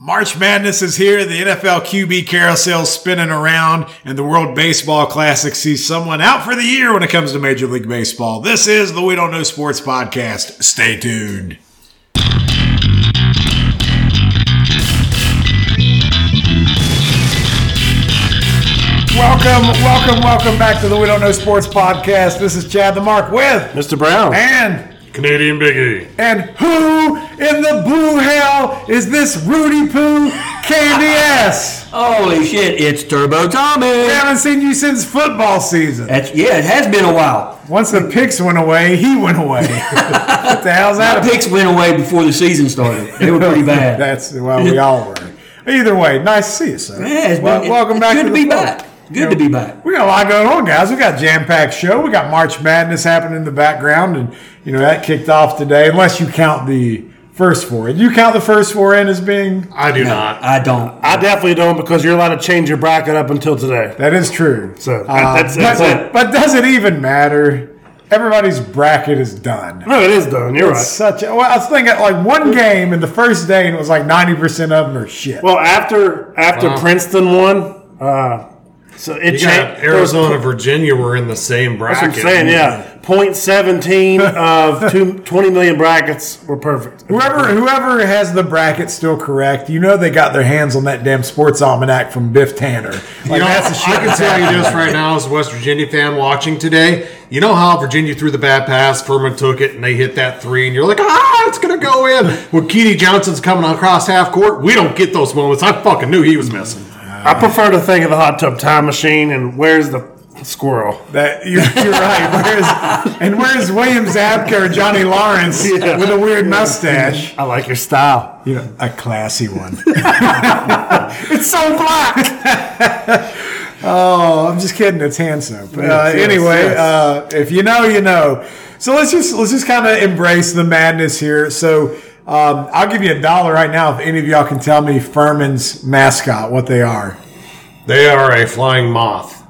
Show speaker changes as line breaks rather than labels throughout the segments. March Madness is here. The NFL QB carousel spinning around, and the World Baseball Classic sees someone out for the year when it comes to Major League Baseball. This is the We Don't Know Sports podcast. Stay tuned. Welcome, welcome, welcome back to the We Don't Know Sports podcast. This is Chad the Mark with
Mr. Brown.
and
Canadian Biggie.
And who in the blue hell is this Rudy Poo KBS?
Holy shit, it's Turbo Tommy.
I haven't seen you since football season.
That's yeah, it has been a while.
Once the picks went away, he went away. what the hell's that?
The
about?
picks went away before the season started. They were pretty bad.
That's well, we all were. Either way, nice to see you, sir.
Yeah, it's
Wel-
been-
welcome
it's
back.
good
to,
to
the
be
fold.
back. Good to be back.
We got a lot going on, guys. We got jam-packed show. We got March Madness happening in the background, and you know that kicked off today. Unless you count the first four, you count the first four in as being
I do
No,
not.
I don't.
I definitely don't because you're allowed to change your bracket up until today.
That is true.
So,
Uh,
that's-
but,
that's it.
but does it even matter? Everybody's bracket is done.
No, it is done. You're
It's
right.
such. A, well, I was thinking like one game in the first day, and it was like ninety percent of them are shit.
Well, after after Princeton won, uh, so it
You
changed.
got Arizona, Virginia were in the same
That's what
bracket.
I'm saying. Yeah, point seventeen of two, 20 million brackets were perfect.
whoever whoever has the bracket still correct, you know they got their hands on that damn sports almanac from Biff Tanner. Like
You know,
that's the shit.
I can
that's
tell you
happening.
this right now as a West Virginia fan watching today. You know how Virginia threw the bad pass, Furman took it, and they hit that three, and you're like, ah, it's going to go in. When Keedy Johnson's coming across half court, we don't get those moments. I fucking knew he was missing.
I prefer to think of the hot tub time machine and where's the squirrel?
That you're, you're right. Where's, and where's William Zabka or Johnny Lawrence with a weird mustache?
I like your style.
You know, a classy one.
It's so black.
Oh, I'm just kidding. It's hand soap. uh,
Yes, yes,
anyway,
yes.
Uh, if you know, you know. So let's just let's just kind of embrace the madness here. So um, I'll give you a dollar right now if any of y'all can tell me Furman's mascot, what they are.
They are a flying moth.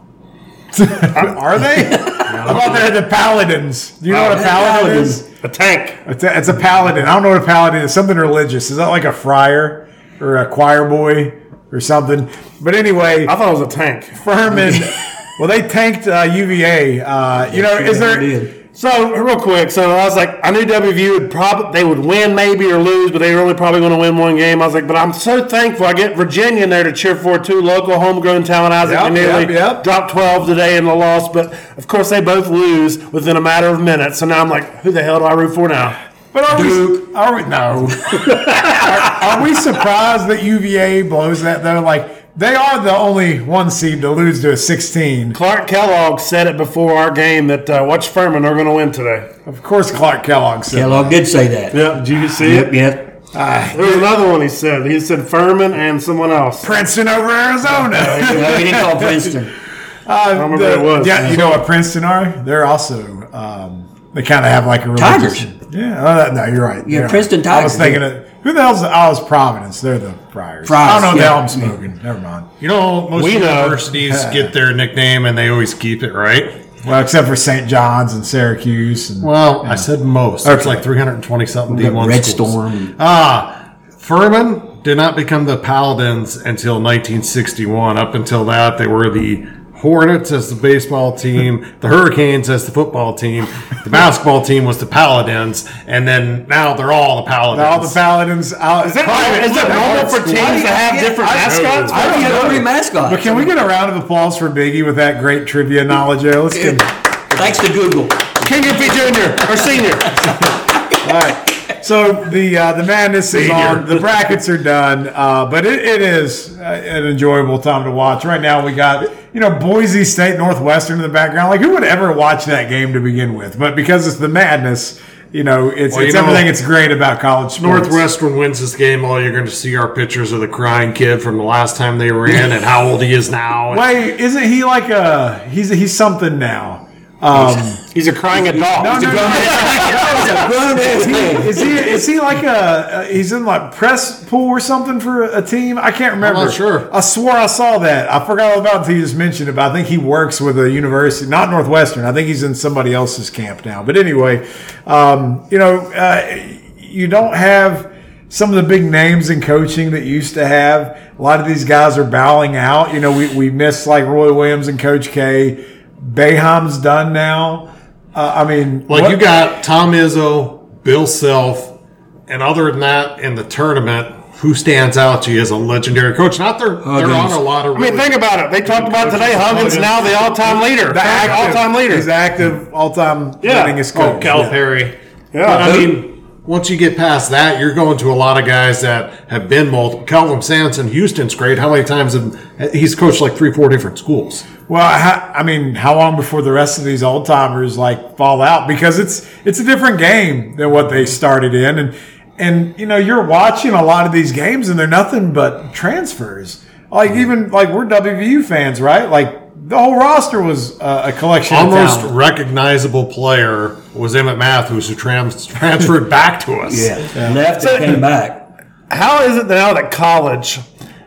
are they? I thought they're the paladins. Do you know what a paladin,
Paladin.
is?
a tank.
It's a, it's a paladin. I don't know what a paladin is. Something religious. Is that like a friar or a choir boy or something? But anyway,
I thought it was a tank.
Furman. well, they tanked uh, UVA. Uh, you know, is there?
They did.
So real quick, so I was like, I knew WVU would probably they would win maybe or lose, but they were only probably going to win one game. I was like, but I'm so thankful I get Virginia in there to cheer for too. Local homegrown talent, Isaac
Yep,
and nearly
yep, yep.
dropped 12 today in the loss, but of course they both lose within a matter of minutes. So now I'm like, who the hell do I root for now?
But are we? Are we? No. are, are we surprised that UVA blows that though? Like they are the only one seed to lose to a 16.
Clark Kellogg said it before our game that uh, watch Furman are going to win today.
Of course, Clark Kellogg said.
Kellogg did say that.
Yeah, did you see
Yep, yep.
There was another one he said. He said Furman and someone else.
Princeton over Arizona.
No, he didn't call Princeton.
I
remember who it was.
Uh, Yeah, you know what Princeton are? They're also. Um, they kind of have like a religious,
Tigers.
Yeah, uh, no, you're right.
Yeah,
You're
Princeton
right. I was
Tigers.
thinking of who the hell's the oh, it's Providence? They're the Friars. I
Friars,
don't know
yeah.
what the hell I'm smoking. Never mind.
You know, most
We know.
universities get their nickname and they always keep it, right?
Well, except for St. John's and Syracuse. And,
Well, I said most. It's like 320 something D1
Red
schools.
Storm.
Ah, Furman did not become the Paladins until 1961. Up until that, they were the Hornets as the baseball team, the Hurricanes as the football team, the basketball team was the Paladins, and then now they're all the Paladins.
all the Paladins. Uh, Out, is
Is it normal for teams to have different mascots?
I don't know three mascots.
But can we get a round of applause for Biggie with that great trivia knowledge? There? Let's get.
Thanks to Google.
King and P Jr. or Senior.
All right. So the uh, the madness is on. The brackets are done, uh, but it, it is uh, an enjoyable time to watch. Right now, we got you know Boise State Northwestern in the background. Like who would ever watch that game to begin with? But because it's the madness, you know it's,
Well, you
it's
know,
everything that's great about college sports.
Northwestern wins this game. All you're going to see are pictures of the crying kid from the last time they were in and how old he is now.
Wait, isn't he like a he's he's something now? Um,
He's a crying adult.
no, no, no.
That was a grown-ass man.
Is he is he like a uh, he's in like press pool or something for a team? I can't remember.
not sure.
I swore I saw that. I forgot all about it until you just mentioned it. But I think he works with a university, not Northwestern. I think he's in somebody else's camp now. But anyway, um, you know, uh, you don't have some of the big names in coaching that you used to have. A lot of these guys are bowing out. You know, we, we miss like Roy Williams and Coach K. Beham's done now. Uh, I mean,
Like
what-
you got Tom Izzo, Bill Self, and other than that in the tournament, who stands out to you as a legendary coach? Not there. They're on
Huggins.
a lot of.
Oh, I mean, think about it. They talked about today. Huggins now the all-time leader,
the active-
all-time leader.
He's active all time
Yeah.
winningest
oh,
coach.
Cal Perry. But
Yeah,
I mean, once you get past that, you're going to a lot of guys that have been multiple. Calvin Sampson, Houston's great. How many times have he's coached like three, four different schools?
Well, I, I mean, how long before the rest of these old timers like fall out? Because it's it's a different game than what they started in, and and you know you're watching a lot of these games and they're nothing but transfers. Like even like we're WVU fans, right? Like the whole roster was uh, a collection.
Almost
of talent.
recognizable player was Emmett Matthews, who trans- transferred back to us.
Yeah. Left and came back.
how is it now that college,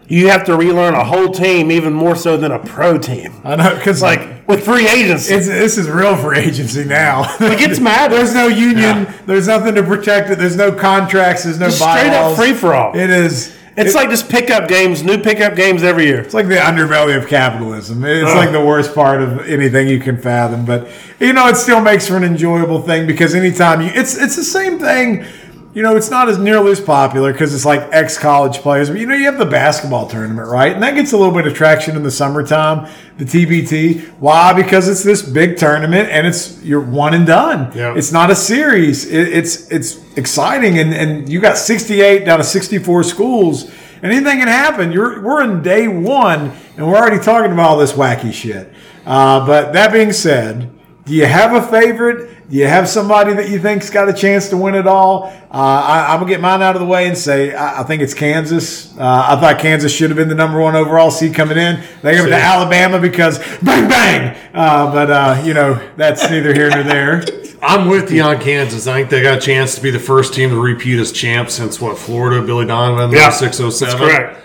you have to relearn a whole team even more so than a pro team?
I know because like
Like with free agency,
it's this is real for agency now.
it gets mad.
There's no union. There's nothing to protect it. There's no contracts. There's no
Just straight up
bylaws.
free-for-all.
It is.
It's
it-
like just pickup games, new pickup games every year.
It's like the underbelly of capitalism. It's like the worst part of anything you can fathom. But you know, it still makes for an enjoyable thing because anytime you, it's it's the same thing. You know, it's not as nearly as popular because it's like ex college players. But you know, you have the basketball tournament, right? And that gets a little bit of traction in the summertime. The TBT. Why? Because it's this big tournament and it's you're one and done.
Yeah.
It's not a series. It, it's it's exciting, and and you got 68 down to 64 schools. and Anything can happen. You're we're in day one, and we're already talking about all this wacky shit. Uh, but that being said, do you have a favorite? Do you have somebody that you think's got a chance to win it all? Uh, I, I'm gonna get mine out of the way and say I, I think it's Kansas. Uh, I thought Kansas should have been the number one overall seed coming in. They gave it to Alabama because bang bang. Uh, but uh, you know that's neither here nor there.
I'm with you on Kansas. I think they got a chance to be the first team to repeat as champs since what Florida, Billy Donovan,
Yeah.
0607.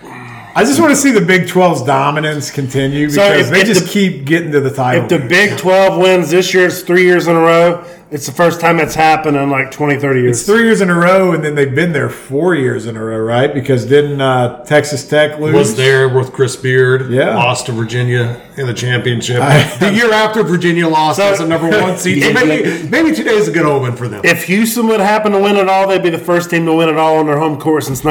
I just want to see the Big 12's dominance continue because
if-
they
if
just
the-
keep getting to the title.
If the Big 12 wins this year, it's three years in a row. It's the first time it's happened in like 20, 30 years.
it's three years in a row, and then they've been there four years in a row, right? Because didn't uh, Texas Tech lose?
Was there with Chris Beard.
Yeah.
Lost to Virginia in the championship. the year after Virginia lost as a number one seed. So
Yeah,
maybe, maybe today's a good omen for them.
If Houston would happen to win it all, they'd be the first team to win it all on their home court since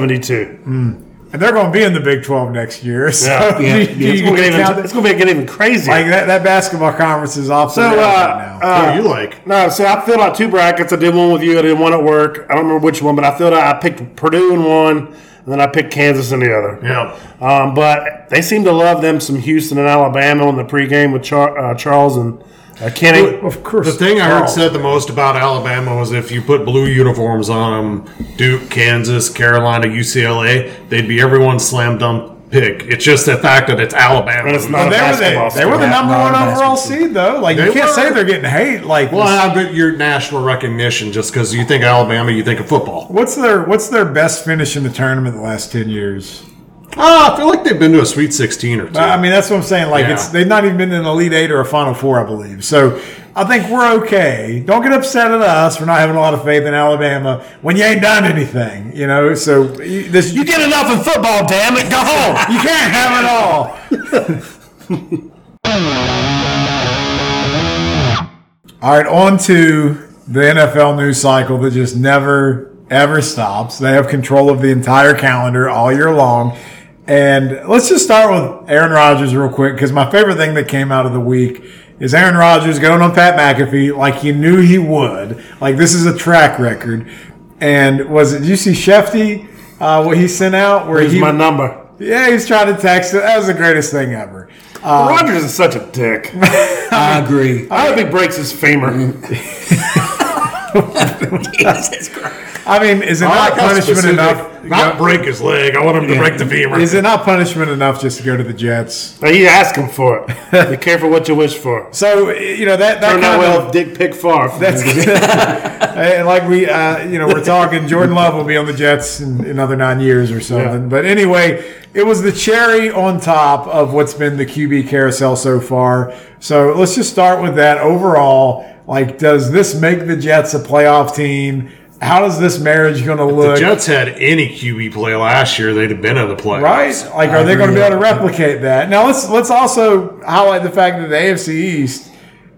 1972.
And they're going to be in the Big 12 next year. So
Yeah.
Yeah.
do you-
It's
do you
going to
count
get
it?
even, it's gonna be- get even crazier.
like that, that basketball conference is off the
So,
rails
uh,
right now.
Who do you like?
No, so I filled out two brackets. I did one with you. I did one at work. I don't remember which one, but I filled out. I picked Purdue in one, and then I picked Kansas in the other.
Yeah.
Um, but they seem to love them some Houston and Alabama in the pregame with Char- uh, Charles and uh, Kenny.
of course.
The thing I heard
Charles.
said the most about Alabama was if you put blue uniforms on them, Duke, Kansas, Carolina, UCLA, they'd be everyone's slam dunk pick. It's just the fact that it's Alabama.
And it's
But they, were
not basketball
the, they were the
school.
number
Not a
one
basketball
overall
school.
seed, though. Like, you
They
can't say
were.
they're getting hate. Like,
Well, I bet your national recognition just because you think Alabama, you think of football.
what's their what's their best finish in the tournament the last 10 years?
Ah, I feel like they've been to a Sweet 16 or two.
I mean, that's what I'm saying. Like,
Yeah.
it's they've not even been in an Elite Eight or a Final Four, I believe. So I think we're okay. Don't get upset at us for not having a lot of faith in Alabama when you ain't done anything, you know. So you- this you,
You get enough in football, damn it. Go home.
you can't have it all. all right, on to the NFL news cycle that just never ever stops. They have control of the entire calendar all year long. And let's just start with Aaron Rodgers real quick because my favorite thing that came out of the week is Aaron Rodgers going on Pat McAfee like he knew he would. Like this is a track record. And was it? Did you see Shefty? Uh, what he sent out where
Here's
he
my number.
yeah, he's trying to text it. That was the greatest thing ever.
Rogers is such a dick.
I agree.
Um, I hope he breaks his femur.
Jesus Christ.
I mean, is it not punishment enough?
Not break his leg. I want him to break the femur.
Is it not punishment enough just to go to the Jets?
But He's asking for it. Be careful what you wish for.
So you know that that
Turn that
kind
Oh, well,
of
dick pick far.
that's and like we uh, you know we're talking Jordan Love will be on the Jets in another nine years or something. But anyway, it was the cherry on top of what's been the QB carousel so far. So let's just start with that overall. Like, does this make the Jets a playoff team? how is this marriage going to
The
look?
Jets had any QB play last year, they'd have been in the playoffs.
Right? Like, are they
agree,
going to be able to
yeah.
replicate that? Now, let's let's also highlight the fact that the AFC East,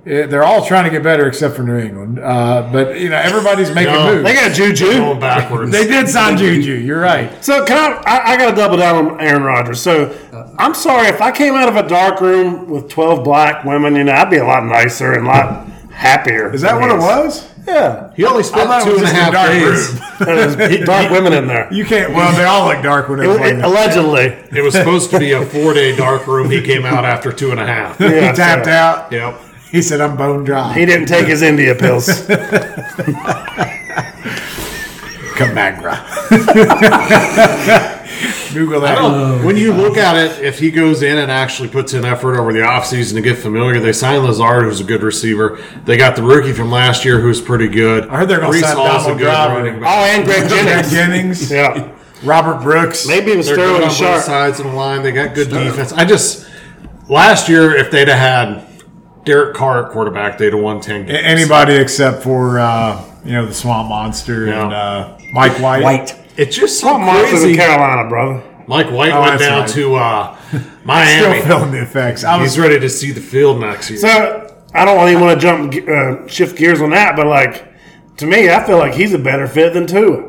eh, they're all trying to get better except for New England. Uh, but you know, everybody's making
No.
moves.
They got Juju.
Going backwards.
They did sign Juju. You're right.
So can I? I, I got to double down on Aaron Rodgers. So I'm sorry if I came out of a dark room with 12 black women. You know, I'd be a lot nicer and a lot happier.
Is that what it was?
Yeah,
he only
I thought
spent
it
two
was
and
just
a
a
half
dark
days.
room.
Uh, there's dark women in there.
You can't. Well, they all look dark when they play.
It- allegedly,
It was supposed to be a four day dark room. He came out after two and a half. Yep.
he tapped
so-
out. He said, "I'm bone dry.
He didn't take his India pills. Oh,
Come back, bro." Google that.
When you look at it, if he goes in and actually puts in effort over the offseason to get familiar, they signed Lazard, who's a good receiver. They got the rookie from last year, who's pretty good. I
heard they're gonna sign Donald Driver.
running
Oh,
back.
and Greg
Jennings.
Jennings.
Jennings,
Yeah,
Robert Brooks.
maybe it was
They're good
Sterling
on
and
both
Sharp.
sides of the line. They got good defense. I just last year, if they'd have had Derek Carr at quarterback, they'd have won ten games.
A- Anybody except for uh, you know the Swamp Monster and
Yeah.
uh, Mike White.
White.
It's just so
Come on, this is in
crazy.
Carolina, brother.
Mike White
Oh,
went
that's
down
right.
to uh,
Still
Miami.
feeling the effects. I was
He's ready to see the field next year.
So I don't even want to jump uh, shift gears on that, but like to me, I feel like he's a better fit than Tua.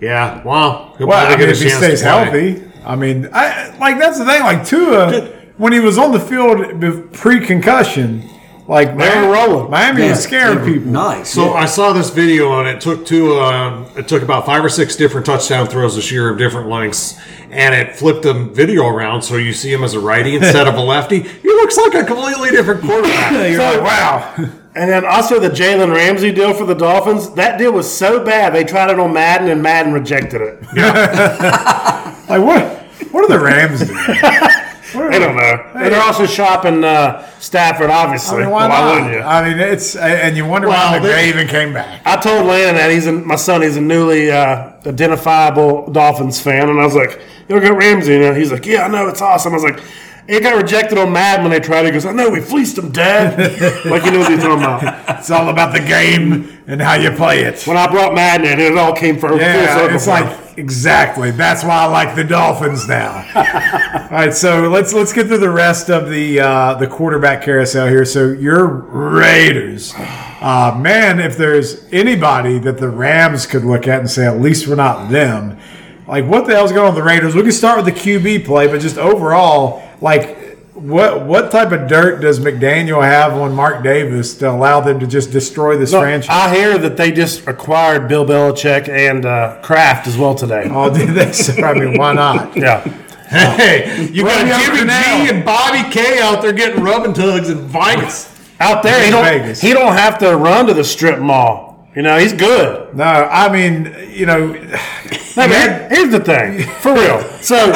yeah, wow. He'll
well.
probably
I mean,
get a
if he
chance to
stays
play.
healthy, I mean, I, like that's the thing. Like Tua, when he was on the field be- pre-concussion, like
They were
Mi-
rolling.
Miami
Yeah,
was scaring
they were
people.
Nice.
So
yeah.
I saw this video on it. Took two. Uh, it took about five or six different touchdown throws this year of different lengths, and it flipped the video around so you see him as a righty instead of a lefty. He looks like a completely different quarterback.
You're like, wow.
And then also the Jalen Ramsey deal for the Dolphins. That deal was so bad they tried it on Madden and Madden rejected it.
Like what? What are the Rams doing?
I don't know. And they're also shopping uh, Stafford,
I
obviously.
mean, why,
wouldn't
not?
you?
I mean, it's and you wonder why
Well,
McVay
they-
even came back.
I told Landon that he's a, my son. He's a newly uh, identifiable Dolphins fan, and I was like, "You'll get Ramsey," and he's like, "Yeah, I know, it's awesome." I was like, "It got rejected on Mad when they tried it." He goes, "I know, we fleeced him, Dad." like he knows what he's talking about.
It's all about the game and how you play it.
When I brought Madden in, it all came from full
Yeah,
circle
it's
for him.
like exactly. That's why I like the Dolphins now. All right, so let's let's get through the rest of the uh, the quarterback carousel here. So your Raiders, uh, man, if there's anybody that the Rams could look at and say at least we're not them, like what the hell's going on with the Raiders? We can start with the QB play, but just overall, like. What what type of dirt does McDaniel have on Mark Davis to allow them to just destroy this
Look,
franchise?
I hear that they just acquired Bill Belichick and uh, Kraft as well today.
oh, did they? So, I mean, why not?
Yeah.
hey, you got
Romeo
Jimmy G
Cornell.
and Bobby K out there getting rubbing tugs and violence.
Out there, he
In
don't,
Vegas.
he don't have to run to the strip mall. You know, he's good.
No, I mean, you know,
No, man, here's the thing, for real. So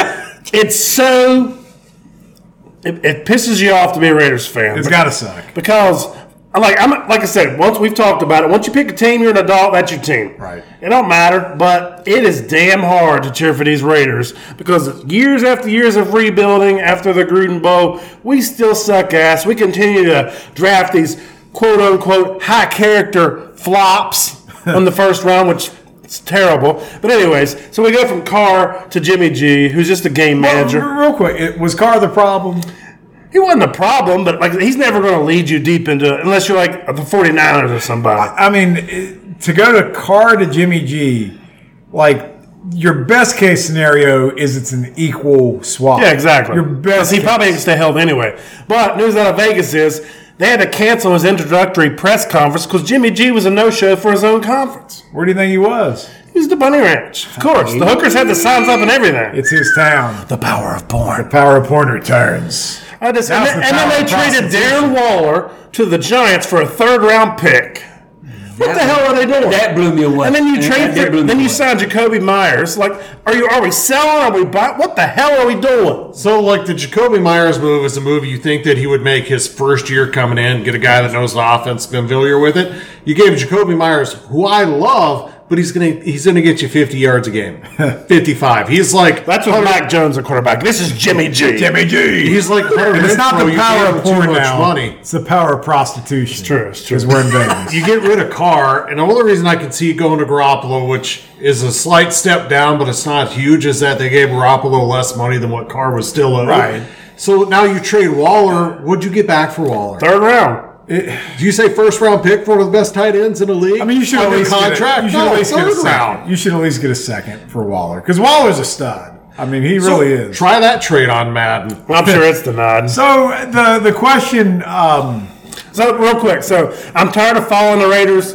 it's so it, it pisses you off to be a Raiders fan
it's
be-
got to suck.
because, like I'm like I said, once we've talked about it, once you pick a team, you're an adult. That's your team.
Right.
It don't matter, but it is damn hard to cheer for these Raiders because years after years of rebuilding after the Gruden Bowl, we still suck ass. We continue to draft these quote unquote high character flops on the first round, which is terrible. But anyways, so we go from Carr to Jimmy G, who's just a game manager.
Oh, Real real quick, it, was Carr the problem?
He wasn't a problem, but like he's never going to lead you deep into it unless you're like the 49ers or somebody.
I mean, it, to go to Carr to Jimmy G, like your best case scenario is it's an equal swap.
Yeah, exactly.
Your best.
'Cause he probably can stay held anyway. But news out of Vegas is they had to cancel his introductory press conference because Jimmy G was a no-show for his own conference.
Where do you think he was?
He was at the Bunny Ranch, of course. The hookers had the signs up and everything.
It's his town.
the power of porn.
Power of porn returns.
I just, and,
That's
then,
the
and then
power
they
of
traded
prostitution.
Darren Waller to the Giants for a third-round pick. What the hell are they doing?
That blew me away.
And then you
That-
trade
that
for,
blew me
then you
away.
sign Jacoby Myers. Like, are you are we selling? Are we buying? What the hell are we doing?
So, like the Jacoby Myers move is a move you think that he would make his first year coming in, get a guy that knows the offense, been familiar with it. You gave Jacoby Myers, who I love, but he's gonna he's gonna get you 50 yards a game, 55. He's like
That's what Mac Jones, a quarterback. This is Jimmy G.
Jimmy G.
he's like
And it's not the power of
too
porn
much
now.
money.
It's the power of prostitution. It's
true, it's true.
Because we're in Vegas.
You get rid of Carr, and the only reason I can see going to Garoppolo, which is a slight step down, but it's not huge, is that they gave Garoppolo less money than what Carr was still owed.
Right.
So now you trade Waller. What'd you get back for Waller?
Third round.
Do you say first round pick for one of the best tight ends in the league?
I mean, you should at
Under
least
contract.
Get a, you should at least
no,
get a
third
second.
round.
You should at least get a second for Waller because Waller's a stud. I mean, he really is.
Try that trade on Madden.
I'm sure it's denied.
so the the question, um,
So real quick, so I'm tired of following the Raiders,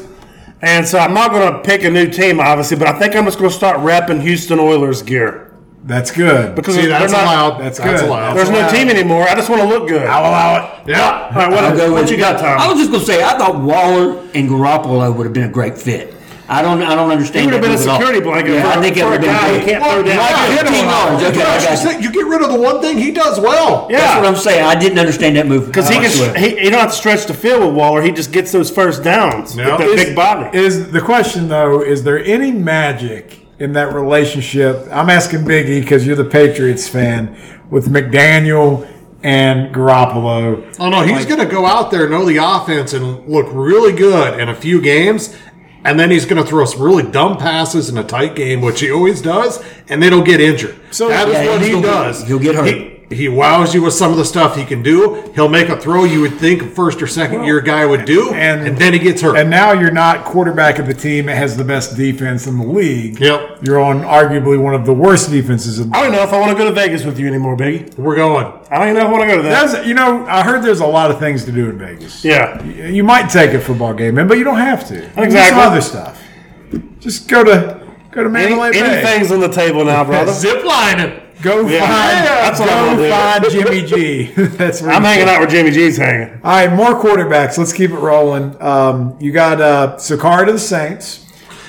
and so I'm not going to pick a new team, obviously, but I think I'm just going to start repping Houston Oilers gear
that's good.
because
See,
they're
that's
not-
allowed.
That's good.
allowed.
there's no
allowed.
team anymore. I just want to look good. All
I'll allow it.
yeah.
right, what,
I'll go
what
with-
you got, Tom?
I was just gonna say I thought Waller and Garoppolo would have been a great fit. I don't. I don't understand.
He would have
that
been a
move at all.
security blanket
Yeah,
for-
I think it
for a
would have
guy
been
who
great.
can't throw down.
Like,
Yeah.
15 yards. Okay, I got
Gosh,
you.
you, you get rid of the one thing he does well.
Yeah.
That's what I'm saying. I didn't understand that move
because he
whatsoever.
can, he, he don't have to stretch the field with Waller. He just gets those first downs
Yeah.
with that
Is-
big body.
Is the question though? Is there any magic in that relationship? I'm asking Biggie because you're the Patriots fan with McDaniel and Garoppolo.
Oh no, he's going to go out there, know the offense, and look really good in a few games, and then he's going to throw some really dumb passes in a tight game, which he always does, and they don't get injured. So that is
Yeah,
what
he's
he
gonna-
does.
he'll get hurt.
He, he wows you with some of the stuff he can do. He'll make a throw you would think a first or second year guy would do,
and-
and, then he gets hurt.
And now you're not quarterback of the team that has the best defense in the league.
Yep.
You're on arguably one of the worst defenses in the
I don't know if I want to go to Vegas with you anymore, Biggie.
We're going.
I don't even know if I want to go to that.
That's, you know, I heard there's a lot of things to do in Vegas.
yeah,
You might take a football game in, but you don't have to. Exactly. Do some
Exactly.
other stuff. Just go to go to
Any,
Mandalay Bay.
anything's on the table now, brother.
Zip lining.
Go
Yeah.
find
That's what I'm
go
gonna
find Jimmy G. That's where
I'm
you-
hanging out where Jimmy G's hanging.
All right, more quarterbacks. Let's keep it rolling. Um, you got uh, Sakara to the Saints.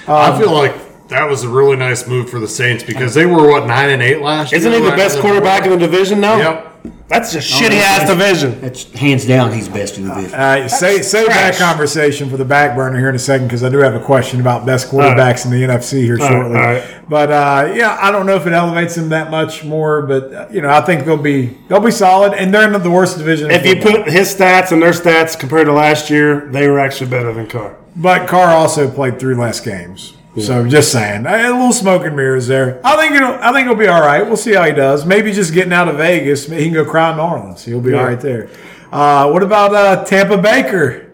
I feel like that was a really nice move for the Saints because they were what nine and eight last
Isn't
year.
he the best quarterback in the division now?
Yep.
That's a shitty ass division.
That's hands down. He's best in the division.
Uh, say save that
trash.
conversation for the back burner here in a second because I do have a question about best quarterbacks in the NFC here
right,
shortly.
all right.
But uh, yeah, I don't know if it elevates them that much more, but uh, you know, I think they'll be they'll be solid, and they're in the worst division. in
If you
football.
put his stats and their stats compared to last year, they were actually better than Carr.
but Carr also played three less games, so just saying a a little smoke and mirrors there. I think it'll I think it'll be all right. We'll see how he does. Maybe just getting out of Vegas, he can go cry in New Orleans. He'll be all right there. Uh, what about uh, Tampa Baker?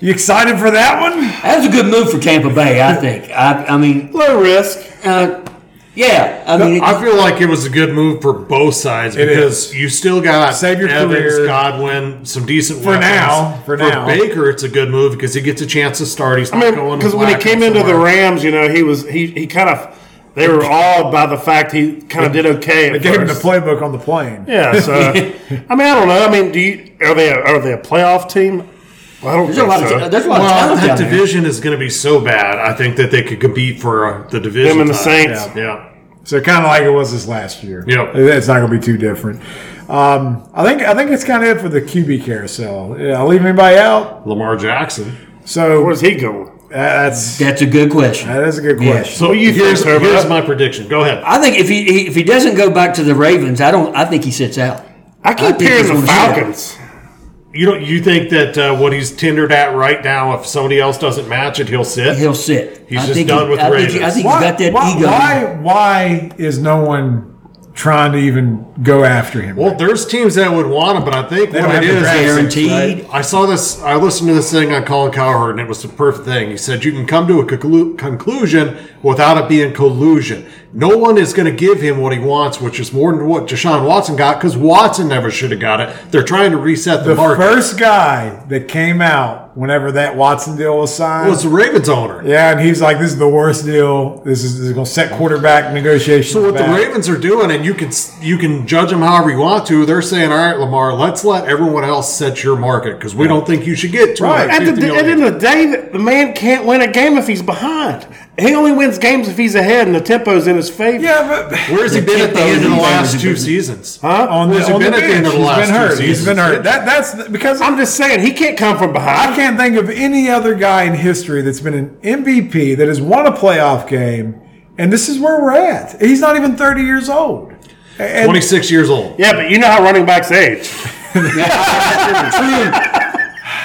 You excited for that one?
That was a good move for Tampa Bay. I think. I, I mean,
Low risk.
uh, yeah. I mean,
I feel like it was a good move for both sides because you still got
Save your
Evans,
career.
Godwin, some decent
For
weapons.
now, for now.
Baker, it's a good move because he gets a chance to start. He's not
I mean,
going
because when he
whack
came into the
somewhere.
Rams, you know, he was he he kind of they were awed by the fact he kind of did okay.
They
At
gave him the
first.
playbook on the plane.
Yeah. So I mean, I don't know. I mean, do you are they a, are they a playoff team? Well, I don't
there's a
think
lot
so.
of there's a lot
well,
of talent
that
down there.
division is going to be so bad. I think that they could compete for uh, the division.
Them and the
title.
Saints.
Yeah.
So kind of like it was this last year.
Yep.
it's not going to be too different. Um, I think I think it's kind of it for the QB carousel. Yeah, I'll leave anybody out.
Lamar Jackson.
So
Where's he going?
that's
That's a good question.
that is a good
Yeah.
question.
So you here's,
think, Herb?
here's my prediction. Go ahead.
I think if he, he if he doesn't go back to the Ravens, I don't. I think he sits out.
I
I
keep
think he's
hearing
gonna
the
sit out.
Falcons.
You don't. You think that uh, what he's tendered at right now, if somebody else doesn't match it, he'll sit.
He'll sit.
He's
I
just
think
done
he,
with
I Think he, I
Ravens.
think
why,
he's got that
why,
ego.
why why is no one trying to even go after him?
Well, there's teams that would want him, but I think
don't
what
have
it
the
is
draft
is-
Guaranteed.
I saw this. I listened to this thing on Colin Cowherd, and it was the perfect thing. He said you can come to a conclu- conclusion without it being collusion. No one is going to give him what he wants, which is more than what Deshaun Watson got, because Watson never should have got it. They're trying to reset the,
the
market.
first guy that came out whenever that Watson deal was signed.
was the Ravens owner.
yeah, and he's like, "This is the worst deal. This is, this is going to set quarterback negotiations."
So what the
back."
Ravens are doing, and you can you can judge them however you want to. They're saying, "All right, Lamar, let's let everyone else set your market because we don't think you should get two
Right.
hundred
At the,
fifty
at the
million."
end of the day, the man can't win a game if he's behind. He only wins games if he's ahead and the tempo's in his favor.
Yeah, but
Where's he been at the end of the last two seasons?
Huh?
on the,
Where's he
on the
been at the end
bench,
of the
he's
last
been
two
hurt. He's
seasons?
been hurt. That that's the- because
I'm just saying he can't come from
I
behind.
can't think of any other guy in history that's been an MVP that has won a playoff game, and this is where we're at. He's not even 30 years old. And
26 years old.
Yeah, but you know how running backs age.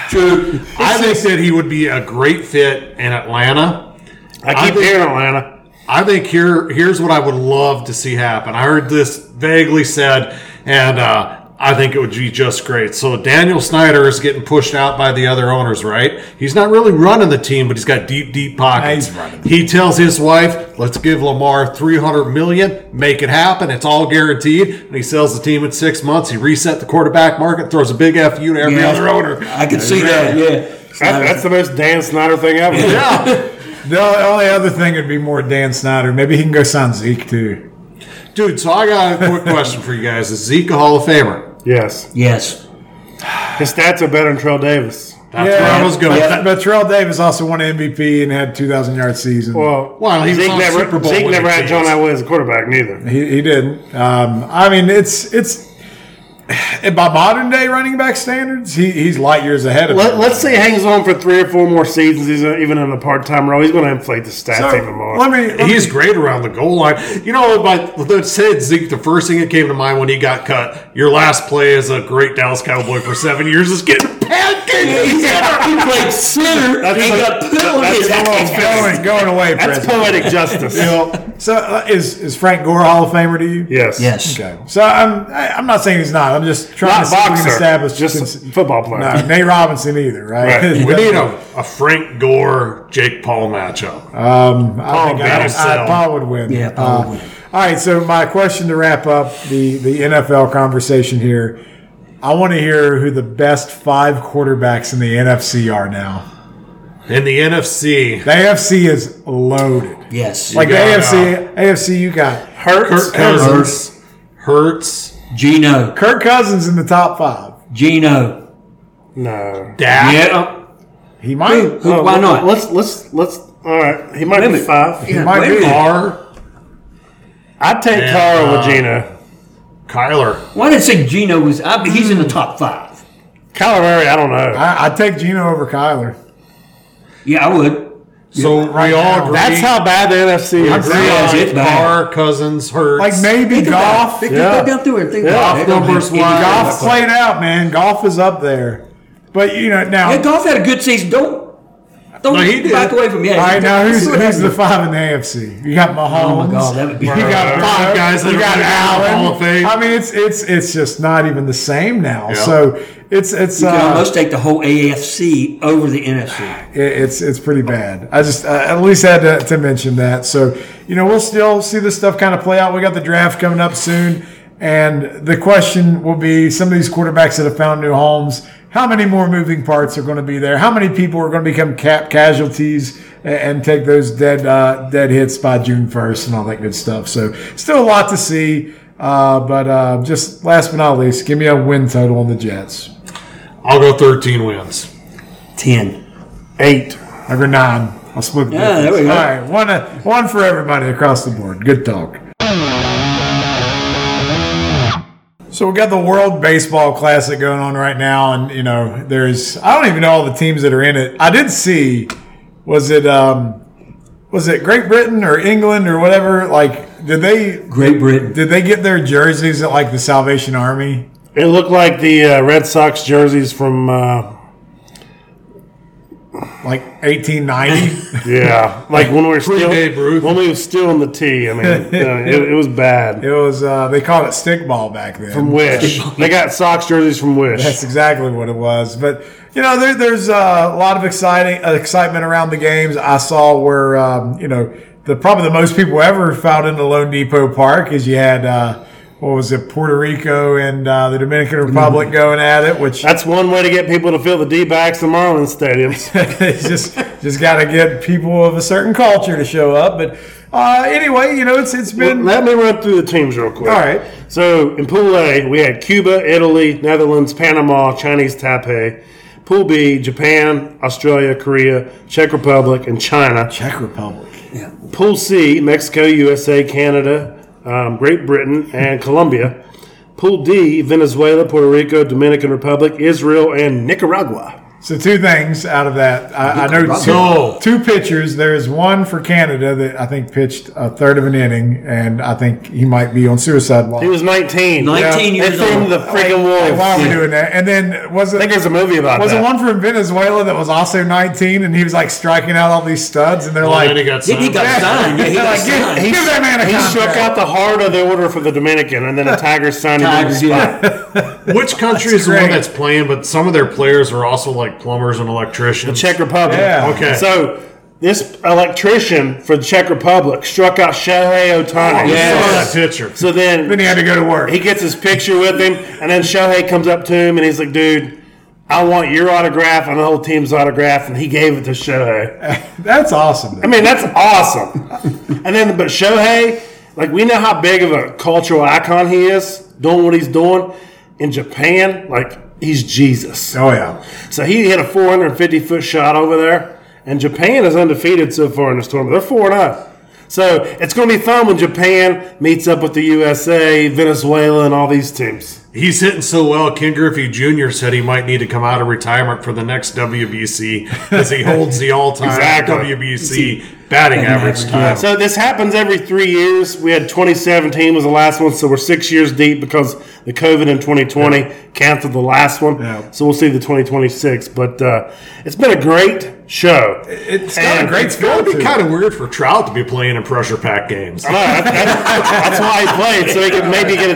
True. I think that he would be a great fit in Atlanta.
I
I
keep
think-
hearing Atlanta.
I think here here's what I would love to see happen. I heard this vaguely said, and uh, I think it would be just great. So Daniel Snyder is getting pushed out by the other owners, right? He's not really running the team, but he's got deep, deep pockets.
He's running.
He tells his wife, "Let's give Lamar three hundred million, make it happen. It's all guaranteed." And he sells the team in six months. He reset the quarterback market, throws a big fu to every
Yeah.
other owner.
I can see that. Yeah.
That, that's the most Dan Snyder thing ever.
Yeah.
the only other thing would be more Dan Snyder. Maybe he can go sign Zeke too.
Dude, so I got a quick question for you guys. Is Zeke a Hall of Famer?
Yes.
yes.
His stats are better than Trell Davis.
That's where I was going.
But, but Terrell Davis also won MVP and had 2,000 yard season.
Well,
Well, he's
Zeke
on
never,
Super Bowl
Zeke
winning
never had
teams.
John Elway as a quarterback, neither.
He, he didn't. Um, I mean, it's it's and by modern day running back standards, he, he's light years ahead of.
Let,
him.
let's say he hangs on for three or four more seasons, he's uh, even in a part time role. He's going to inflate the stats
So,
even more.
let me. let
He's
me-
great around the goal line. You know, but that said, Zeke, the first thing that came to mind when he got cut, your last play as a great Dallas Cowboy for seven years is getting pancaked.
he played center and
That's
got
like-
penalties.
that's
oh, going going away,
That's
President.
poetic justice.
You know, so uh, is is Frank Gore a Hall of Famer to you?
Yes.
Yes.
Okay. So I'm I, I'm not saying he's not. I'm just trying
Not
to see if we can
boxer,
establish
just
cons-
a football player.
no, Nate Robinson either, right?
Right.
We need a, a Frank Gore, Jake Paul matchup.
Um, I think
that'll
I, I,
sell.
Paul would win.
Yeah, Paul
Uh,
would win.
All right, so my question to wrap up the, the NFL conversation here, I want to hear who the best five quarterbacks in the NFC are now.
In the NFC,
The AFC is loaded.
Yes.
Like the
got,
AFC, AFC, you got
uh, Hurts.
Kirk Cousins, Hurts,
Gino.
Kirk Cousins in the top five.
Gino.
No. Oh,
Dak.
Yeah.
He might.
Who,
uh,
why not?
Let's let's let's. All right. He might
Wait a
be
minute.
five.
Yeah,
might
wait
be.
a minute.
Carr,
I'd take
Yeah.
Carl with Gino.
Kyler.
Why did I say Gino was? I, he's in the top five.
Kyler Murray. I don't know.
I, I'd take Gino over Kyler.
Yeah, I would.
So
right
we all
now.
agree.
That's how bad the NFC is.
agree
That's
on
it, man.
Carr, Cousins, Hurts.
Like maybe
Think about it.
golf.
Think-
Yeah.
Go down through it. Think
Yeah.
about it.
Golf numbers
Yeah,
wise.
Golf played out, man. Golf is up there. But you know now.
Yeah, golf had a good season. Don't don't
No, he did.
back away from yeah.
all right, now who's,
That's what
who's the
happened.
five in the AFC? You got Mahomes.
Oh my God, that would be.
You got
Five guys that
You
are
got
gonna be in the
Allen.
Hall of Fame.
I mean, it's it's it's just not even the same now.
Yeah.
So it's it's
You could
uh,
almost take the whole AFC over the NFC.
it- it's it's pretty bad. I just I at least had to, to mention that. So you know we'll still see this stuff kind of play out. We got the draft coming up soon, and the question will be: some of these quarterbacks that have found new homes. How many more moving parts are going to be there? How many people are going to become cap casualties a- and, take those dead uh, dead hits by June first and all that good stuff? So still a lot to see. Uh, but uh, just last but not least, give me a win total on the Jets.
I'll go 13 wins.
Ten.
Eight.
I go nine. I'll split the
Yeah, there we
difference.
go.
All right, one, uh, one for everybody across the board. Good talk. So we got the World Baseball Classic going on right now, and you know, there's I don't even know all the teams that are in it. I did see, was it um, was it Great Britain or England or whatever? Like, did they
Great Britain.
did they get their jerseys at like the Salvation Army?
It looked like the uh, Red Sox jerseys from. Uh,
Like 1890?
yeah, like when we were still
Babe Ruth.
when we were still in the T. I mean, uh, it, it was bad.
it was uh, they called it stickball back then.
From Wish, they got Sox jerseys from Wish.
That's exactly what it was. But you know, there, there's uh, a lot of exciting uh, excitement around the games. I saw where um, you know the probably the most people ever filed into Lone Depot Park is you had uh, what was it Puerto Rico and uh, the Dominican Republic going at it, which
That's one way to get people to fill the D backs and Marlins stadiums.
It's just just got to get people of a certain culture to show up. But uh, anyway, you know, it's it's been
Let me run through the teams real quick.
all right.
So in Pool A, we had Cuba, Italy, Netherlands, Panama, Chinese Taipei. Pool B, Japan, Australia, Korea, Czech Republic, and China.
Czech Republic.
Pool C: Mexico, USA, Canada, um, Great Britain, and Colombia. Pool D: Venezuela, Puerto Rico, Dominican Republic, Israel, and Nicaragua.
So two things out of that. I, I know two, two pitchers. There's one for Canada that I think pitched a third of an inning, and I think he might be on suicide watch.
He was 19.
19
They
years
threw him
old.
the freaking wolves.
Why are we
Yeah.
doing that? And then was it?
I think there's a movie about
was
that.
it one from Venezuela that was also 19 and he was like striking out all these studs and they're
Well,
like,
then he got
Then he
signed.
got signed. Yeah, he
They're
got
like, give,
signed.
give that man a
He shook
contract.
out the heart of the order for the Dominican, and then a tiger signed him on the
Tigers,
spot.
yeah.
Which country is the one
great.
that's playing? But some of their players are also like plumbers and electricians.
Czech Republic.
Yeah.
Okay.
So this electrician for the Czech Republic struck out Shohei Otani.
I
Yes.
saw that picture.
So then
Oh, Then he had to go to work.
He gets his picture with him, and then Shohei comes up to him and he's like, dude, I want your autograph and the whole team's autograph. And he gave it to Shohei.
That's awesome.
I mean, that's awesome. and then, but Shohei, like, we know how big of a cultural icon he is, doing what he's doing. In Japan, like, he's Jesus.
oh yeah.
So he hit a 450 foot shot over there, and Japan is undefeated so far in this tournament. They're four and zero. So it's going to be fun when Japan meets up with the USA, Venezuela, and all these teams.
He's hitting so well. Ken Griffey Jr. said he might need to come out of retirement for the next WBC as he holds the all-time
Exactly.
WBC batting average time.
So this happens every three years. We had 2017 was the last one, so we're six years deep because the COVID in 2020 canceled the last one.
Yeah.
So we'll see the 2026. But uh, it's been a great show.
It's got a
And
great
It's going to
skill
be
to
kind of weird for Trout to be playing in pressure-pack games.
No, that- that- that's why he played, so he could maybe get a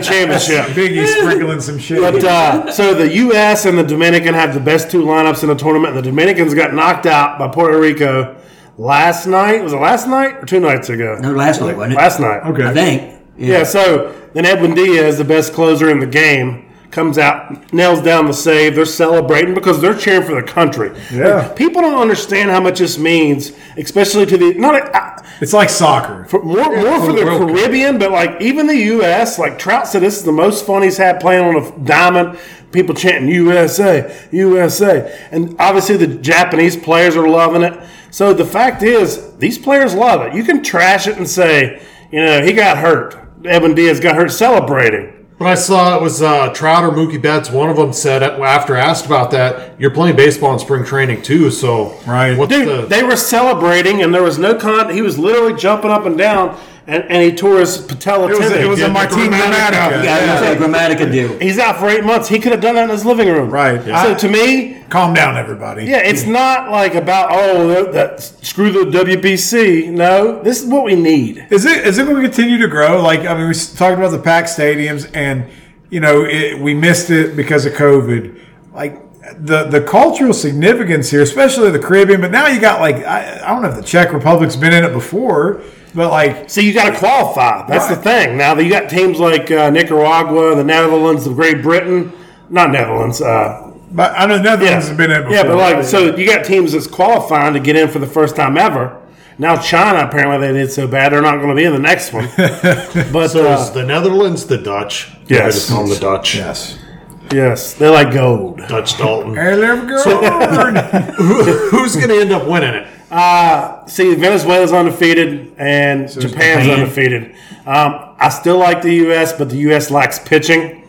championship.
it. Biggie sprinkling some shit.
But uh, so the U.S. and the Dominican have the best two lineups in the tournament. The Dominicans got knocked out by Puerto Rico last night. Was it last night or two nights ago?
No, last night, wasn't it?
Last night. Okay.
I think.
Yeah. So then Edwin Diaz, the best closer in the game, comes out, nails down the save. They're celebrating because they're cheering for the country.
Yeah.
People don't understand how much this means, especially to the not. I-
it's like soccer.
for- more, more for the Caribbean, but like even the U.S. Like Trout said, this is the most fun he's had playing on a diamond. People chanting USA, USA, and obviously the Japanese players are loving it. So the fact is, these players love it. You can trash it and say, you know, he got hurt. Evan Diaz got hurt celebrating.
But I saw it was uh, Trout or Mookie Betts. One of them said after asked about that, "You're playing baseball in spring training too, so
Right.
What's
Dude,
the,
they were celebrating, and there was no con. He was literally jumping up and down, and, and he tore his patella
It was,
tendon.
it was
Yeah,
a Martin
Grammatica.
Grammatica.
Yeah, I was gonna say Grammatica deal.
He's out for eight months. He could have done that in his living room.
Right.
So
I-
to me,
Calm down, everybody.
Yeah, it's not like about oh that, that screw the WBC. No, this is what we need.
Is it is it going to continue to grow? Like I mean, we s- talked about the packed stadiums, and you know it, we missed it because of COVID. Like the the cultural significance here, especially the Caribbean. But now you got like I, I don't know if the Czech Republic's been in it before, but like
So you got to qualify. That's the thing. Now that you got teams like uh, Nicaragua, the Netherlands, the Great Britain, not Netherlands. Uh,
but I know Netherlands
yeah,
has been in it before.
yeah, but like so you got teams that's qualifying to get in for the first time ever. Now China apparently they did so bad they're not going to be in the next one. But
so is
uh,
the Netherlands the Dutch?
Yes.
I just call them the Dutch.
yes,
yes, they like gold.
Dutch Dalton.
Hey, little girl.
Who- Who's going to end up winning it?
See, Venezuela's undefeated and Japan's
Japan.
undefeated. Um, I still like the U.S., but the U.S. lacks pitching.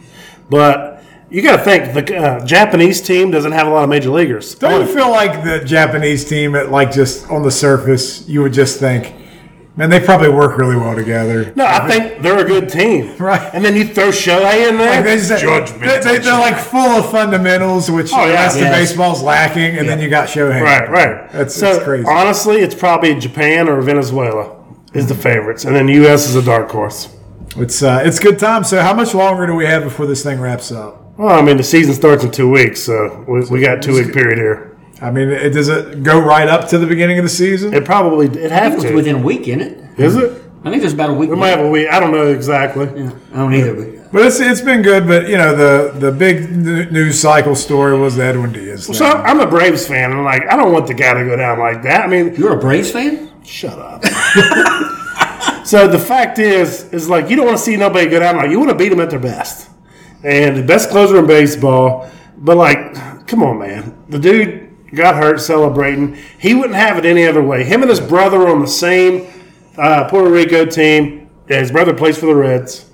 But you got to think the uh, Japanese team doesn't have a lot of major leaguers.
Don't you feel like the Japanese team at like just on the surface, you would just think, man, they probably work really well together.
no, I think they're a good team.
Right.
And then you throw Shohei in there.
Like they just,
Judgmental.
They, are like full of fundamentals, which
Oh,
the
yeah.
rest
Yes.
of baseball's lacking, and then you got Shohei.
right, right.
That's,
so
that's crazy.
honestly, it's probably Japan or Venezuela is the favorites, and then U.S. is a dark horse.
It's uh, it's good time. So how much longer do we have before this thing wraps up?
Well, I mean, the season starts in two weeks, so we, we got two week period here.
I mean, it, does it go right up to the beginning of the season?
It probably it
I think
has
it was
to.
within a week, isn't it?
is it?
I think there's about a week.
We might have a week. I don't know exactly.
I don't either. But
But it's it's been good. But you know, the the big n- news cycle story was the Edwin Diaz. Thing.
So I'm a Braves fan, and like I don't want the guy to go down like that. I mean,
you're a Braves fan?
shut up. so the fact is, is like you don't want to see nobody go down. Like you want to beat them at their best, and the best closer in baseball. But like, come on, man, the dude got hurt celebrating. He wouldn't have it any other way. Him and his brother were on the same uh, Puerto Rico team. His brother plays for the Reds.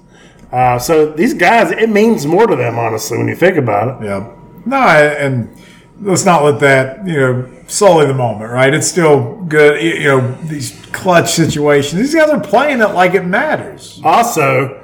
Uh, so these guys, it means more to them, honestly, when you think about it.
Yeah. No, and let's not let that, you know, sully the moment, right? It's still good, you you know, these clutch situations. These guys are playing it like it matters.
Also,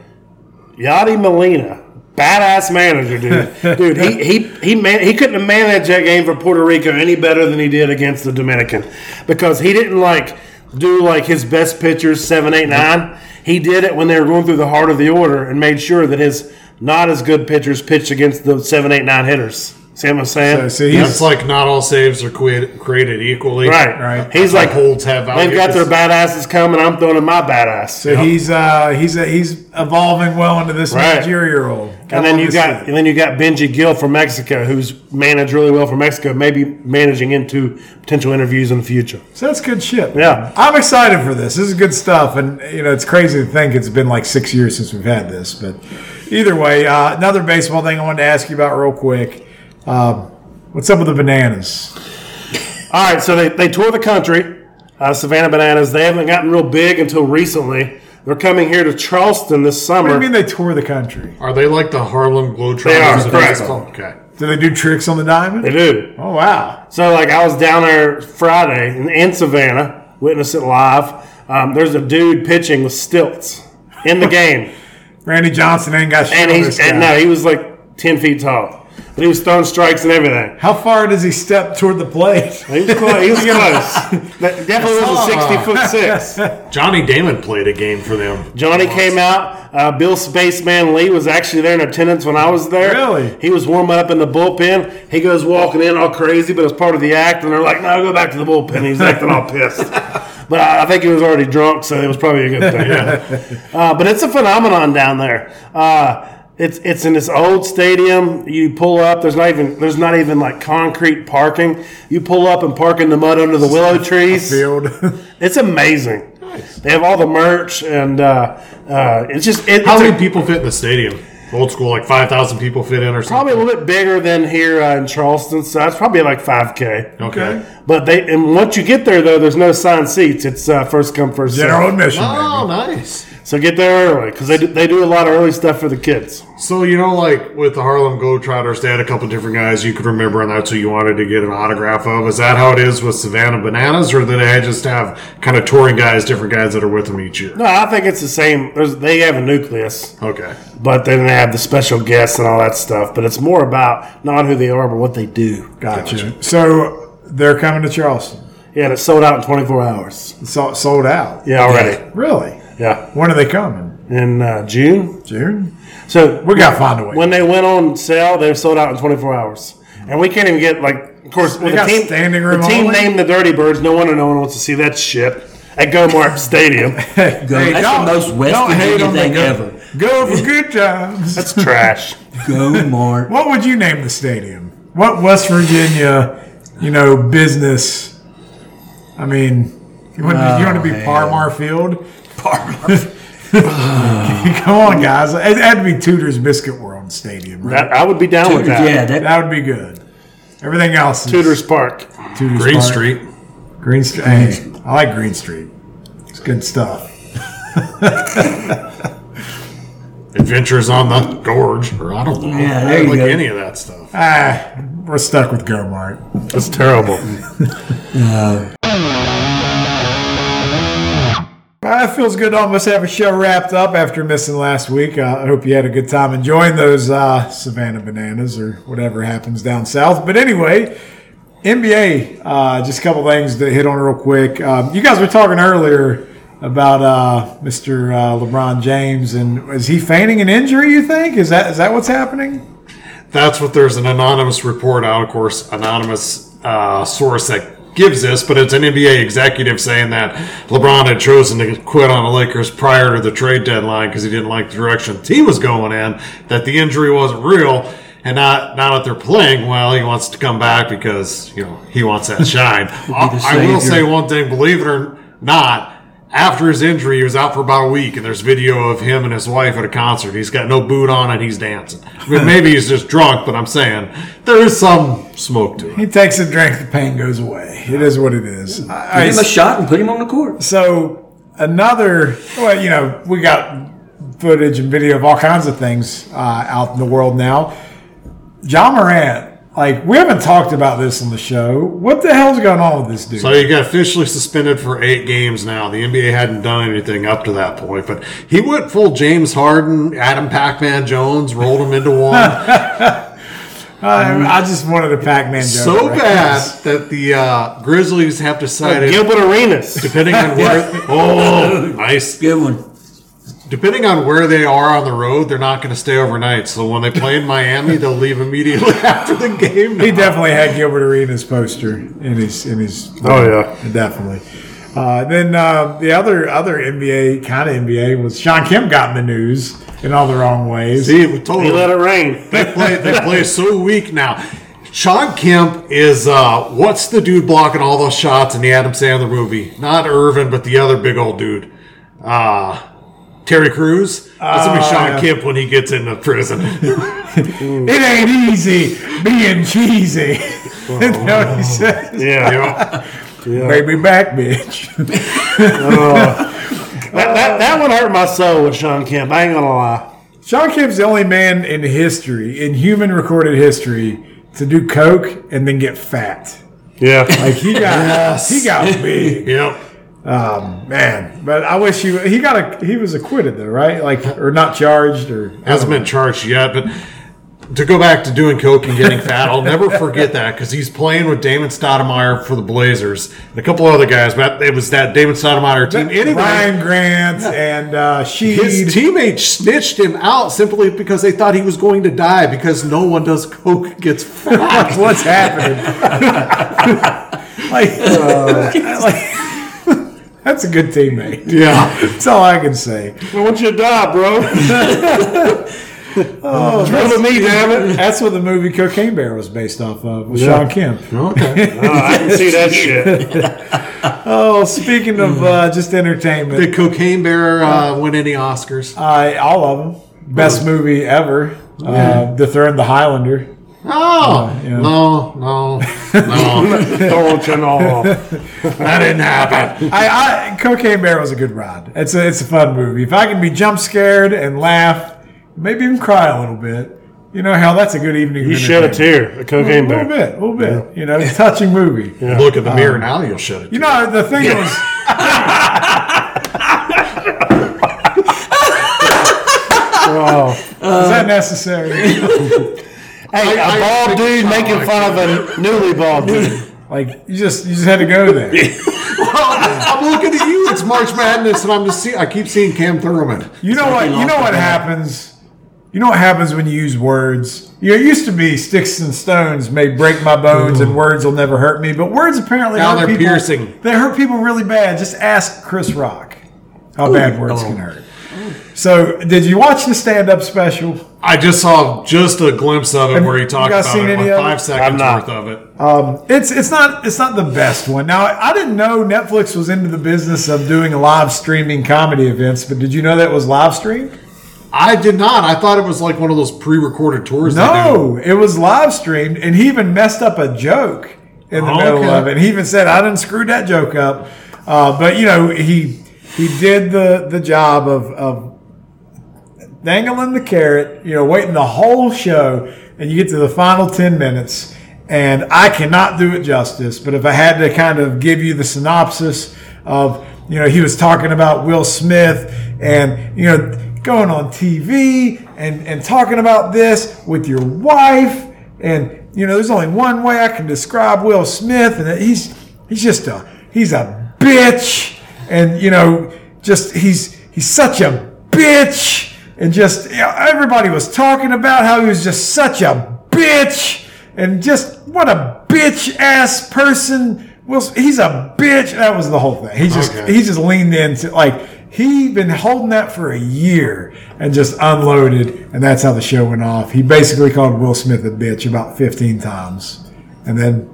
Yadi Molina, badass manager, dude. dude, he he he man, he couldn't have managed that game for Puerto Rico any better than he did against the Dominican, because he didn't like do like his best pitchers seven, eight, nine. He did it when they were going through the heart of the order and made sure that his not as good pitchers pitched against the seven, eight, nine hitters. See what I'm saying?
So, see,
It's
he's,
like not all saves are created, created equally.
right,
right.
He's like,
holds have
they've got their badasses coming. I'm throwing in my badass.
so he's uh, he's he's evolving well into this
Right.
managerial role.
And then you got and then you got Benji Gill from Mexico, who's managed really well for Mexico, maybe managing into potential interviews in the future.
So that's good shit.
Yeah.
I'm excited for this. This is good stuff. And, you know, it's crazy to think it's been like six years since we've had this. But either way, uh, another baseball thing I wanted to ask you about real quick. Um, what's up with the bananas?
All right, so they, they tour the country, uh, Savannah Bananas. They haven't gotten real big until recently. They're coming here to Charleston this
What do
summer.
you mean they tour the country?
Are they like the Harlem Globetrotters?
They are,
of
correct.
baseball? Okay.
Do they do tricks on the diamond?
They do.
Oh, wow.
So, like, I was down there Friday in, in Savannah, witness it live. Um, there's a dude pitching with stilts in the game.
Randy Johnson ain't got shit
and
on
he's
this guy.
and no, he was like ten feet tall, but he was throwing strikes and everything.
How far does he step toward the plate?
He was close. He was close. That definitely was a sixty foot six.
Johnny Damon played a game for them.
Johnny came out. Uh, Bill Spaceman Lee was actually there in attendance when I was there.
Really?
He was warming up in the bullpen. He goes walking in all crazy, but it's part of the act. And they're like, "No, go back to the bullpen." He's acting all pissed. But I I think he was already drunk, so it was probably a good thing. Uh, but it's a phenomenon down there. Uh, it's it's in this old stadium. You pull up. There's not even there's not even like concrete parking. You pull up and park in the mud under the willow trees.
Field.
It's amazing. They have all the merch, and uh, uh, it's just it,
How
it's a-
many people fit in the stadium? Old school, like 5,000 people fit in or
probably
something?
a little bit bigger than here uh, in Charleston. So it's probably like five k.
Okay.
But they and once you get there though, there's no signed seats. It's uh, first come first
General
served.
admission.
Oh, nice.
So get there early because they do, they do a lot of early stuff for the kids.
So you know, like with the Harlem Globetrotters, they had a couple different guys you could remember, and that's who you wanted to get an autograph of. Is that how it is with Savannah Bananas, or do they just have kind of touring guys, different guys that are with them each year?
No, I think it's the same. There's, they have a nucleus,
Okay,
but then they have the special guests and all that stuff. But it's more about not who they are, but what they do.
Gotcha. So they're coming to Charleston.
Yeah, and it's sold out in 24 hours.
It's all- sold out.
Yeah, already.
Really?
Yeah,
When are they coming?
in uh, June.
June?
So
We got to find a way.
when they went on sale, they were sold out in 24 hours, and we can't even get like. Of course, with the
got
team,
standing room
the team
only?
named the Dirty Birds. No wonder no one wants to see that shit at Gomart Stadium.
Go,
Hey,
that's
don't-
the most West
don't hate
Virginia
on the
thing
go-
ever.
Go for good times.
That's trash.
Go Mark.
What would you name the stadium? What West Virginia, you know, business? I mean, you want, you want to be Parmar Field? Parmar. Come on, guys. It had to be Tudor's Biscuit World Stadium, right?
That, I would be down with that.
Yeah, that,
That would be good. Everything else is
Tudor's Park.
Tudor's
Green
Park.
Street.
Green Street. Hey, I like Green Street. It's good stuff.
Adventures on the Gorge, or I don't know.
Yeah,
I
there
don't
you
like
go.
any of that stuff.
Ah, we're stuck with Gomart.
That's terrible.
Uh, it feels good to almost have a show wrapped up after missing last week. Uh, I hope you had a good time enjoying those uh, Savannah bananas or whatever happens down south. But anyway, NBA, uh, just a couple things to hit on real quick. Um, you guys were talking earlier about uh, Mr. Uh, LeBron James, and is he feigning an injury? You think is that is that what's happening?
That's what there's an anonymous report out, of course, anonymous uh, source that gives this, but it's an NBA executive saying that LeBron had chosen to quit on the Lakers prior to the trade deadline because he didn't like the direction the team was going in, that the injury wasn't real, and not now that they're playing well, he wants to come back because you know he wants that shine. I will say one thing, believe it or not. After his injury, he was out for about a week, and there's video of him and his wife at a concert. He's got no boot on, and he's dancing. I mean, maybe he's just drunk, but I'm saying there is some smoke to it.
He takes a drink, the pain goes away. It is what it is. I- I-
give him a shot and put him on the court.
So another, well, you know, we got footage and video of all kinds of things uh, out in the world now. John Morant, like, we haven't talked about this on the show. What the hell's going on with this dude?
So he got officially suspended for eight games now. The NBA hadn't done anything up to that point, but he went full James Harden, Adam Pac-Man Jones, rolled him into one
I, I just wanted a Pac Man joke.
um, so
right?
bad that the uh, Grizzlies have decided,
Gilbert Arenas.
depending on where, oh, nice.
Good one.
Depending on where they are on the road, they're not going to stay overnight. So when they play in Miami, they'll leave immediately after the game.
He definitely had Gilbert Arenas poster in his in his.
Oh, yeah.
definitely. Uh, then uh, the other other NBA kind of NBA was Sean Kim got in the news in all the wrong ways.
See, we totally
He let it rain.
They play. They play so weak now. Sean Kemp is uh, what's the dude blocking all those shots in the Adam Sandler movie? Not Irvin, but the other big old dude, uh, Terry Crews. That's
Uh,
gonna be Sean
yeah.
Kemp when he gets into prison.
It ain't easy being cheesy. That's what he says.
Yeah.
yeah.
Baby back, bitch.
That, that, that one hurt my soul with Sean Kemp. I ain't gonna lie.
Sean Kim's the only man in history, in human recorded history, to do coke and then get fat.
Yeah.
Like he got, he got big.
Yep.
Um, man, but I wish he he got a he was acquitted though, right? Like or not charged or
Hasn't been charged yet, but. To go back to doing coke and getting fat, I'll never forget that because he's playing with Damon Stoudemire for the Blazers and a couple other guys, but it was that Damon Stoudemire team. Anyway,
Ryan Grant and uh, Sheed.
His teammate snitched him out simply because they thought he was going to die because no one does coke gets fat.
Like, what's happening? like, uh, like that's a good teammate.
yeah.
That's all I can say.
I want you to die, bro.
That's, me, damn it. That's what the movie Cocaine Bear was based off of with Sean Kemp.
Okay.
Oh, I can see that shit.
Oh, speaking of uh, just entertainment,
Did Cocaine Bear uh, win any Oscars?
uh, all of them best movie ever. Uh, Dethrone the Highlander.
Oh
yeah.
no, no, no!
Don't you know?
that didn't happen.
I, I Cocaine Bear was a good ride. It's a it's a fun movie. If I can be jump scared and laugh, maybe even cry a little bit, you know hell, that's a good evening.
You shed a tear. A cocaine
A little
bear.
bit, a little bit. You know, it's a touching movie.
Look at the mirror
Uh,
now; you'll shut it.
You know the thing that was.
Oh.
Is that necessary?
Hey, a bald dude making fun of a newly bald dude.
Like you just you just had to go there.
I'm looking at you. It's March Madness, and I'm just see. I keep seeing Cam Thurman.
You know what? You know what happens. You know what happens when you use words. You know, it used to be sticks and stones may break my bones, and words will never hurt me. But words apparently
Now
hurt
they're
people.
piercing.
They hurt people really bad. Just ask Chris Rock how bad words can hurt. So, did you watch the stand-up special?
I just saw just a glimpse of it where he
you
talked
guys
about
seen
it,
any
like
of it?
five seconds
not.
worth of it.
Um, it's it's not it's not the best one. Now, I didn't know Netflix was into the business of doing live streaming comedy events, but did you know that was live streamed?
I did not. I thought it was like one of those pre-recorded tours. they do.
No, it was live streamed, and he even messed up a joke in the
Okay.
middle of it. He even said, "I didn't screw that joke up," uh, but you know he he did the the job of of dangling the carrot. You know, waiting the whole show, and you get to the final ten minutes, and I cannot do it justice. But if I had to kind of give you the synopsis of you know he was talking about Will Smith and you know going on TV and, and talking about this with your wife. And you know, there's only one way I can describe Will Smith, and that he's he's just a he's a bitch, and you know, just he's he's such a bitch, and just you know, everybody was talking about how he was just such a bitch, and just what a bitch ass person. Will Smith- he's a bitch. That was the whole thing. He just
Okay.
he he just leaned into like he been holding that for a year and just unloaded, and that's how the show went off. He basically called Will Smith a bitch about fifteen times, and then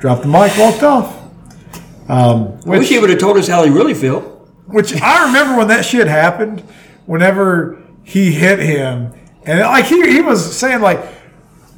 dropped the mic, walked off. Um,
I wish he would have told us how he really felt.
Which I remember when that shit happened. Whenever he hit him, and like he he was saying like.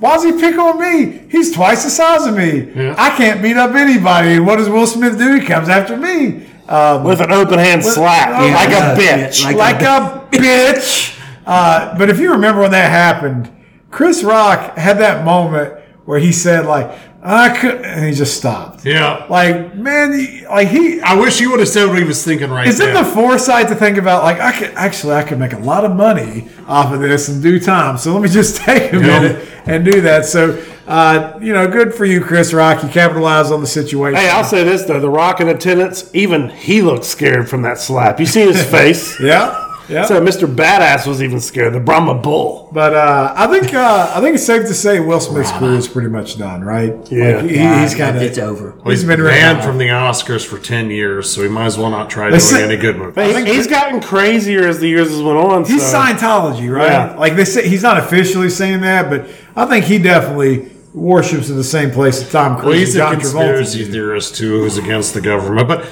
Why does he pick on me? He's twice the size of me. I can't beat up anybody. What does Will Smith do? He comes after me. Um,
with an open hand slap,
oh,
like
yeah,
a bitch.
yeah,
like a bitch. Uh, but if you remember when that happened, Chris Rock had that moment where he said like, "I could," and he just stopped.
Yeah.
Like, man, he- like he
I wish he would have said what he was thinking right
is it
then.
the foresight to think about like I could actually I could make a lot of money off of this in due time. So let me just take a minute and do that. So uh, you know, good for you, Chris Rock. You capitalized on the situation.
Hey, I'll say this though: the Rock in attendance, even he looked scared from that slap. You see his face.
yeah, yeah.
So Mr. Badass was even scared. The Brahma Bull.
But uh, I think uh, I think it's safe to say Will Smith's career is pretty much done, right?
Yeah.
Like, he,
God,
he's kind
It's
of.
over.
Well, he's
He's been
been
around.
banned from the Oscars for 10 years, so he might as well not try
They
doing
said-
any good movies.
He, has gotten crazier as the years has went on.
He's
so.
Scientology, right?
Yeah.
Like they say, he's not officially saying that, but I think he definitely worships in the same place that Tom Cruise
Well, he's
and
a
John Travolta.
conspiracy theorist, too, who's against the government. But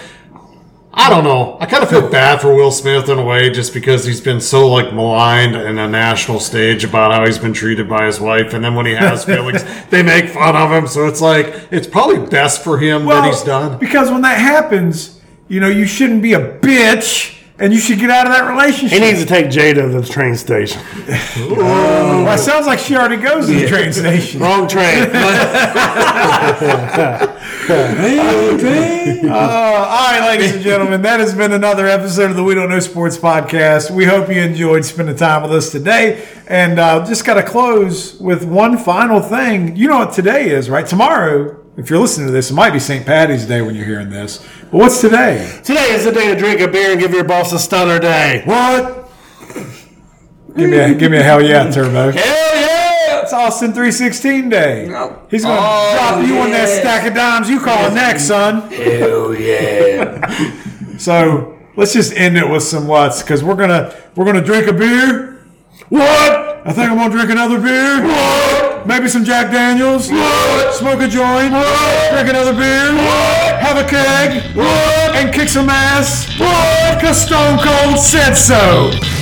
I don't know. I kind of feel bad for Will Smith in a way just because he's been so, like, maligned in a national stage about how he's been treated by his wife. And then when he has feelings, they make fun of him. So it's like, it's probably best for him that he's done.
Because when that happens, you know, you shouldn't be a bitch and you should get out of that relationship.
He needs to take Jada to the train station.
well, it sounds like she already goes to the train station.
Wrong train.
Uh, all right, ladies and gentlemen, that has been another episode of the We Don't Know Sports podcast. We hope you enjoyed spending time with us today. And uh, just got to close with one final thing. You know what today is, right? Tomorrow, if you're listening to this, it might be St. Patty's Day when you're hearing this. But what's today?
Today is the day to drink a beer and give your boss a stunner day.
What? Give me a, give me a hell yeah, Turbo.
Hell yeah!
It's Austin 316 Day.
No.
He's going to
Oh,
drop you on that
yeah.
stack of dimes you call it next, son.
Hell yeah!
So let's just end it with some what's because we're gonna we're gonna drink a beer. What? I think I'm gonna drink another beer. What? Maybe some Jack Daniels. What? Smoke a joint. What? Drink another beer. What? Have a keg. What? And kick some ass. What? Cause Stone Cold said so.